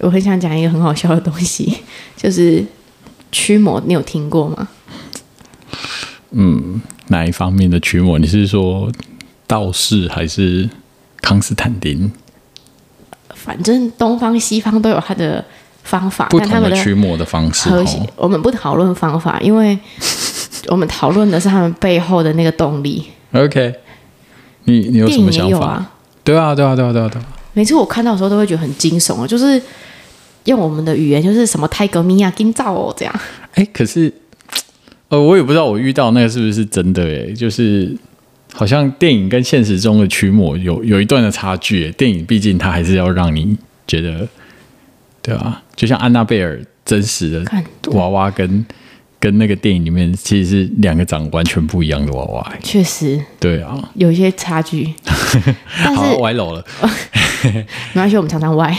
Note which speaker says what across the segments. Speaker 1: 我很想讲一个很好笑的东西， 就是驱魔，你有听过吗？
Speaker 2: 哪一方面的驱魔？你是说道士还是康斯坦丁？
Speaker 1: 啊反正东方西方都有它的方法，
Speaker 2: 不
Speaker 1: 但他
Speaker 2: 同
Speaker 1: 们
Speaker 2: 的
Speaker 1: 的
Speaker 2: 驱魔的方式
Speaker 1: 和谐
Speaker 2: 哦。，
Speaker 1: 我们不讨论方法，因 为我们讨论的是他们背后的那个动力。
Speaker 2: 哦 OK，你你有
Speaker 1: 电
Speaker 2: 什
Speaker 1: 影
Speaker 2: 么
Speaker 1: 也
Speaker 2: 想
Speaker 1: 有
Speaker 2: 法？
Speaker 1: 啊，
Speaker 2: 对啊，对啊，对啊，对啊，对啊。
Speaker 1: 每次我看到的时候都会觉得很惊悚哦，就是用我们的语言，就是什么泰格米亚金造哦这样。
Speaker 2: 哎，可是，呃，我也不知道我遇到那个是不是真的哎，就是好像电影跟现实中的驱魔有有一段的差距耶。电影毕竟它还是要让你觉得，对啊，就像安娜贝尔真实的
Speaker 1: 看
Speaker 2: 娃娃跟跟那个电影里面其实是两个长完全不一样的娃娃耶。
Speaker 1: 确实
Speaker 2: 对啊，
Speaker 1: 有一些差 距，但是
Speaker 2: 好歪楼了。
Speaker 1: 没关系，我们常常歪。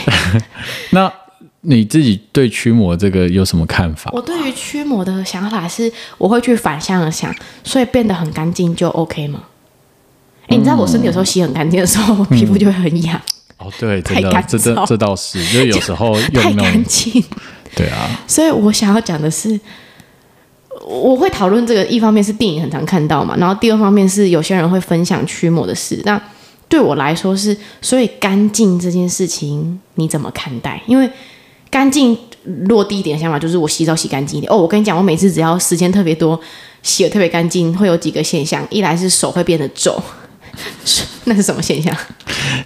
Speaker 2: 那你自己对驱魔这个有什么看法？
Speaker 1: 我对于驱魔的想法是，我会去反向的想，所以变得很干净就 OK 吗？哎、你知道我身体有
Speaker 2: 嗯
Speaker 1: 时候洗很干净的时候，我皮肤就会很痒，
Speaker 2: 哦，对，
Speaker 1: 太
Speaker 2: 真的
Speaker 1: 干，
Speaker 2: 这这
Speaker 1: 燥
Speaker 2: 这倒是，就有时候
Speaker 1: 太
Speaker 2: 用那
Speaker 1: 干
Speaker 2: 种，
Speaker 1: 净。
Speaker 2: 对啊，
Speaker 1: 所以我想要讲的是，我会讨论这个，一方面是电影很常看到嘛，然后第二方面是有些人会分享驱魔的事。那对我来说是，所以干净这件事情你怎么看待？因为干净落地一点的想法就是我洗澡洗干净一点。哦，我跟你讲，我每次只要时间特别多，洗的特别干净，会有几个现象，一来是手会变得皱。 是那是什么现象？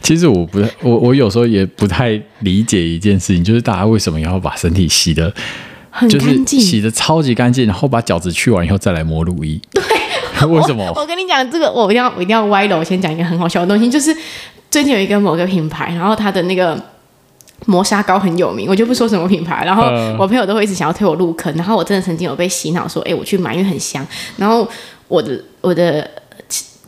Speaker 2: 其实我不太，我我有时候也不太理解一件事情，就是大家为什么要把身体洗的，
Speaker 1: 很
Speaker 2: 就是
Speaker 1: 干净，
Speaker 2: 洗的超级干净，然后把角质去完以后再来抹乳液，对， 为什
Speaker 1: 我
Speaker 2: 么？
Speaker 1: 我跟你讲，这个我一定要我一定要歪楼。我先讲一个很好笑的东西，就是最近有一个某个品牌，然后它的那个磨砂膏很有名，我就不说什么品牌。然后
Speaker 2: 嗯
Speaker 1: 我朋友都会一直想要推我入坑，然后我真的曾经有被洗脑说，哎、我去买，因为很香。然后我的我的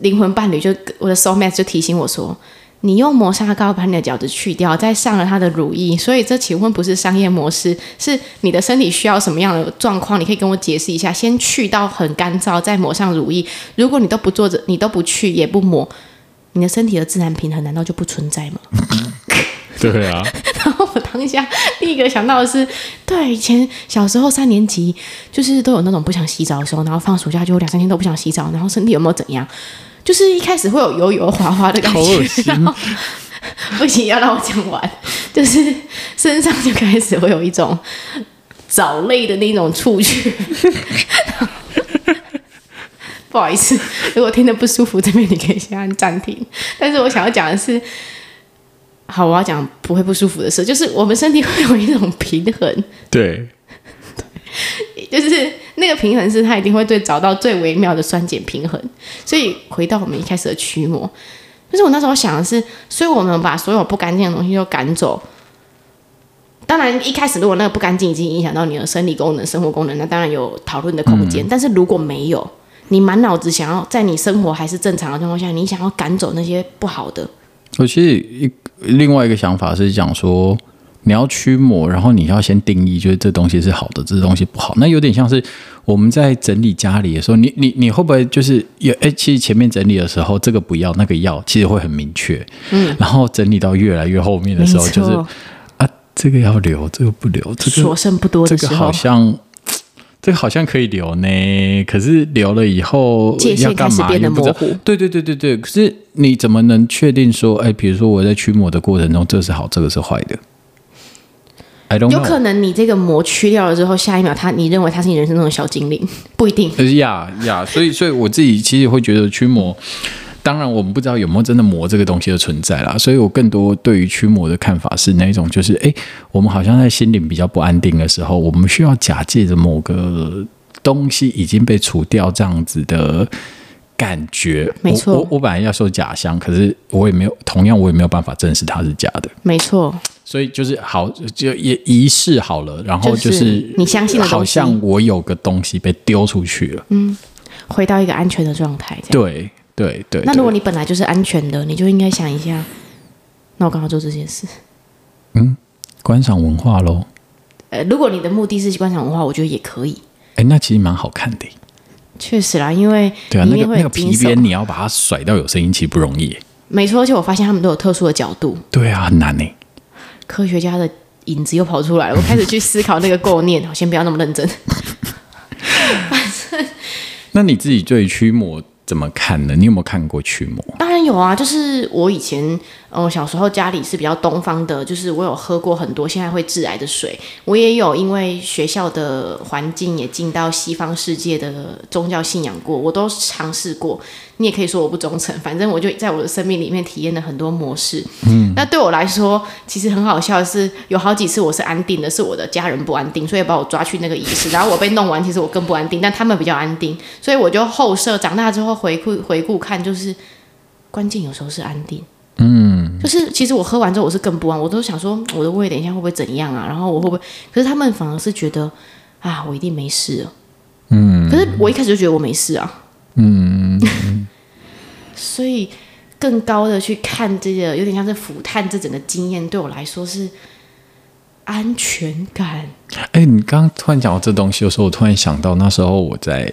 Speaker 1: 灵魂伴侣就我的 soul mate 就提醒我说。你用磨砂膏把你的角质去掉，再上了它的乳液，所以这请问不是商业模式，是你的身体需要什么样的状况？你可以跟我解释一下。先去到很干燥，再抹上乳液。如果你都不做着，你都不去也不抹，你的身体的自然平衡难道就不存在吗？
Speaker 2: 对啊，
Speaker 1: 然后我当下第一个想到的是，对，以前小时候三年级就是都有那种不想洗澡的时候，然后放暑假就有两三天都不想洗澡，然后身体有没有怎样？就是一开始会有油油滑滑的感
Speaker 2: 好恶
Speaker 1: 觉，
Speaker 2: 心
Speaker 1: 然后不行，要让我讲完，就是身上就开始会有一种藻类的那种触觉。不好意思，如果听得不舒服，这边你可以先按暂停。但是我想要讲的是，好，我要讲不会不舒服的事，就是我们身体会有一种平衡，
Speaker 2: 对，
Speaker 1: 就是那个平衡是它一定会对找到最微妙的酸碱平衡。所以回到我们一开始的驱魔，就是我那时候想的是，所以我们把所有不干净的东西都赶走。当然，一开始如果那个不干净已经影响到你的生理功能、生活功能，那当然有讨论的空
Speaker 2: 嗯
Speaker 1: 间。但是如果没有，你满脑子想要在你生活还是正常的状况下，你想要赶走那些不好的，
Speaker 2: 我呃其实一另外一个想法是讲说，你要驱魔，然后你要先定义，就是这东西是好的，这东西不好。那有点像是我们在整理家里的时候，你你你会不会就是有？哎、其实前面整理的时候，这个不要，那个要，其实会很明确。嗯， 然后整理到越来越后面的时候，
Speaker 1: 没
Speaker 2: 就是
Speaker 1: 错
Speaker 2: 啊，这个要留，这个不留，这个
Speaker 1: 所剩不多
Speaker 2: 这
Speaker 1: 的时
Speaker 2: 个
Speaker 1: 候，
Speaker 2: 好像。这个好像可以留呢，可是留了以后
Speaker 1: 界限
Speaker 2: 要干
Speaker 1: 开始
Speaker 2: 嘛
Speaker 1: 变得
Speaker 2: 也不知道 Oh
Speaker 1: 模糊
Speaker 2: 对对对对对，可是你怎么能确定说，哎，比如说我在驱魔的过程中，这是好，这个是坏的？I don't
Speaker 1: 有可
Speaker 2: know。
Speaker 1: 能你这个膜去掉了之后，下一秒他你认为他是你人生中的小精 灵，不一定。
Speaker 2: 呃呀呀，所以所以我自己其实会觉得驱魔，当然我们不知道有没有真的魔这个东西的存在啦，所以我更多对于驱魔的看法是那一种，就是哎，我们好像在心灵比较不安定的时候，我们需要假借着某个东西已经被除掉这样子的。感觉，
Speaker 1: 没错
Speaker 2: 我我我本来要说假象，可是我也没有，同样我也没有办法证实它是假的，
Speaker 1: 没错，
Speaker 2: 所以就是好，就也仪式好了，然后
Speaker 1: 就是你相信的东西
Speaker 2: 哦好像我有个东西被丢出去了，
Speaker 1: 回到一个安全的状态。这样。
Speaker 2: 对对对。
Speaker 1: 那如果
Speaker 2: 对
Speaker 1: 你本来就是安全的，你就应该想一下，那我干嘛做这件事？
Speaker 2: 观赏文化喽，
Speaker 1: 呃，如果你的目的是观赏文化，我觉得也可以。
Speaker 2: 哎，那其实蛮好看的耶。
Speaker 1: 确实啦，因为
Speaker 2: 对啊，
Speaker 1: 里
Speaker 2: 那
Speaker 1: 面
Speaker 2: 个
Speaker 1: 会
Speaker 2: 那
Speaker 1: 有
Speaker 2: 个
Speaker 1: 惊
Speaker 2: 皮
Speaker 1: 悚。
Speaker 2: 鞭你要把它甩到有声音，其实不容易耶。
Speaker 1: 没错，而且我发现他们都有特殊的角度，
Speaker 2: 欸对啊，很难呢。
Speaker 1: 科学家的影子又跑出来了，我开始去思考那个构念，好，先不要那么认真。
Speaker 2: 那你自己对驱魔怎么看呢？你有没有看过驱魔？
Speaker 1: 当然有啊，就是我以前，呃，小时候家里是比较东方的，就是我有喝过很多现在会致癌的水，我也有因为学校的环境也进到西方世界的宗教信仰过，我都尝试过。你也可以说我不忠诚，反正我就在我的生命里面体验了很多模式。嗯，那对我来说，其实很好笑的是，有好几次我是安定的，是我的家人不安定，所以把我抓去那个仪式，然后我被弄完，其实我更不安定，但他们比较安定，所以我就后设。长大之后回顾回顾看，就是关键有时候是安定。嗯，就是其实我喝完之后我是更不安，我都想说嗯我的胃等一下会不会怎样啊？然后我会不会？可是他们反而是觉得啊，我一定没事了。嗯，可是我一开始就觉得我没事啊。 所以更高的去看这个，有点像是俯瞰这整个经验，对我来说是安全感。
Speaker 2: 哎、你刚刚突然讲到这东西的时候，我突然想到那时候我在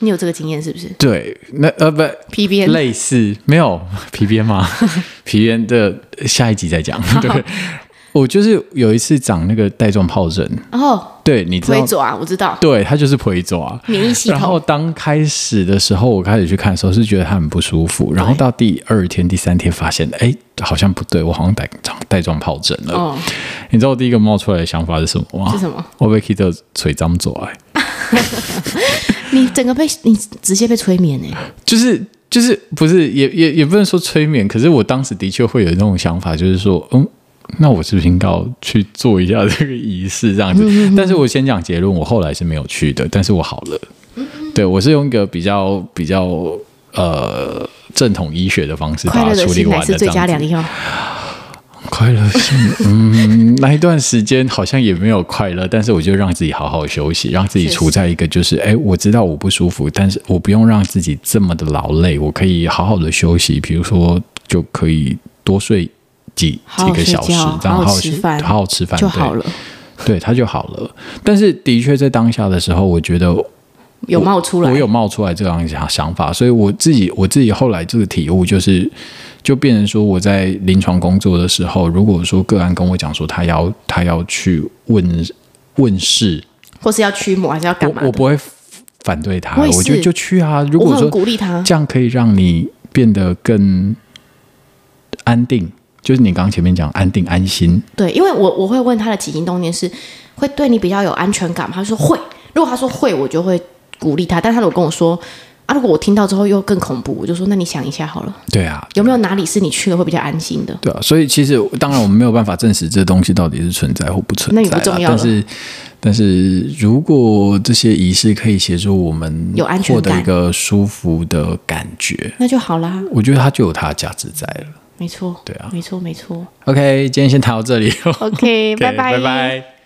Speaker 1: 你有这个经验是不是
Speaker 2: 对那呃不
Speaker 1: ？PBN
Speaker 2: 类似没 有皮鞭吗？皮鞭的下一集再 讲。对，我就是有一次长那个带状疱疹，
Speaker 1: 哦，
Speaker 2: 对，你知道
Speaker 1: 推，爪我知道，
Speaker 2: 对，它就是腿爪。
Speaker 1: 免疫系
Speaker 2: 然后
Speaker 1: 统
Speaker 2: 当开始的时候，我开始去看的时候是觉得它很不舒服，然后到第二天、第三天发现，哎，好像不对，我好像带长带状疱疹了。
Speaker 1: 哦
Speaker 2: 你知道我第一个冒出来的想法是什么吗？
Speaker 1: 是什么？
Speaker 2: 我被 k i 的嘴张左哎，
Speaker 1: 你整个被你直接被催眠哎、
Speaker 2: 就是就是不是也也也不能说催眠，可是我当时的确会有那种想法，就是说，嗯，那我是不是应该要去做一下这个仪式这样
Speaker 1: 嗯
Speaker 2: 子？但是我先讲结论，我后来是没有去的，但是我好了。
Speaker 1: 嗯
Speaker 2: 对我是用一个比较比较呃正统医学的方式
Speaker 1: 快
Speaker 2: 把它
Speaker 1: 乐的
Speaker 2: 处理
Speaker 1: 心
Speaker 2: 完
Speaker 1: 还
Speaker 2: 的，
Speaker 1: 是最佳良药。
Speaker 2: 快乐性， 嗯，那一段时间好像也没有快乐，但是我就让自己好好休息，让自己
Speaker 1: 确实
Speaker 2: 处在一个就是，
Speaker 1: 嗯
Speaker 2: 哎，我知道我不舒服，但是我不用让自己这么的劳累，我可以好好的休息，比如说就可以多睡几
Speaker 1: 好
Speaker 2: 几
Speaker 1: 好
Speaker 2: 个
Speaker 1: 睡
Speaker 2: 小时，这
Speaker 1: 觉
Speaker 2: 样好
Speaker 1: 好好
Speaker 2: 休
Speaker 1: 吃饭
Speaker 2: 好好吃饭
Speaker 1: 就好
Speaker 2: 对
Speaker 1: 了，
Speaker 2: 对，他就好了。但是的确在当下的时候，我觉得
Speaker 1: 有冒出来
Speaker 2: 我，有冒出来这样想想法，所以我自己我自己后来这个体悟就是，就变成说我在临床工作的时候，如果说个案跟我讲说他要他要去问问事，
Speaker 1: 或是要驱魔，还是要干嘛
Speaker 2: 我我
Speaker 1: 的？
Speaker 2: 不会反对他，
Speaker 1: 我也
Speaker 2: 我
Speaker 1: 是
Speaker 2: 就就去啊。如
Speaker 1: 我
Speaker 2: 果
Speaker 1: 很
Speaker 2: 说
Speaker 1: 鼓励他，
Speaker 2: 这样可以让你变得更安定，就是你刚刚前面讲安定安心，
Speaker 1: 对，因为我我会问他的起心动念是会对你比较有安全感吗？他说会，如果他说会，我就会鼓励他。但他如果跟我说啊，如果我听到之后又更恐怖，我就说那你想一下好了，
Speaker 2: 对啊，
Speaker 1: 有没有哪里是你去了会比较安心的？
Speaker 2: 对啊，所以其实当然我们没有办法证实这东西到底是存在或不存
Speaker 1: 那也不
Speaker 2: 在啦
Speaker 1: 重要了
Speaker 2: 但是，但是如果这些仪式可以协助我们
Speaker 1: 有安全
Speaker 2: 获得
Speaker 1: 感
Speaker 2: 一个舒服的感觉，
Speaker 1: 那就好啦，
Speaker 2: 我觉得它就有它的价值在了。
Speaker 1: 没错，
Speaker 2: 对啊
Speaker 1: 没错，没错。
Speaker 2: OK，今天先谈到这里。
Speaker 1: OK，
Speaker 2: OK，拜拜。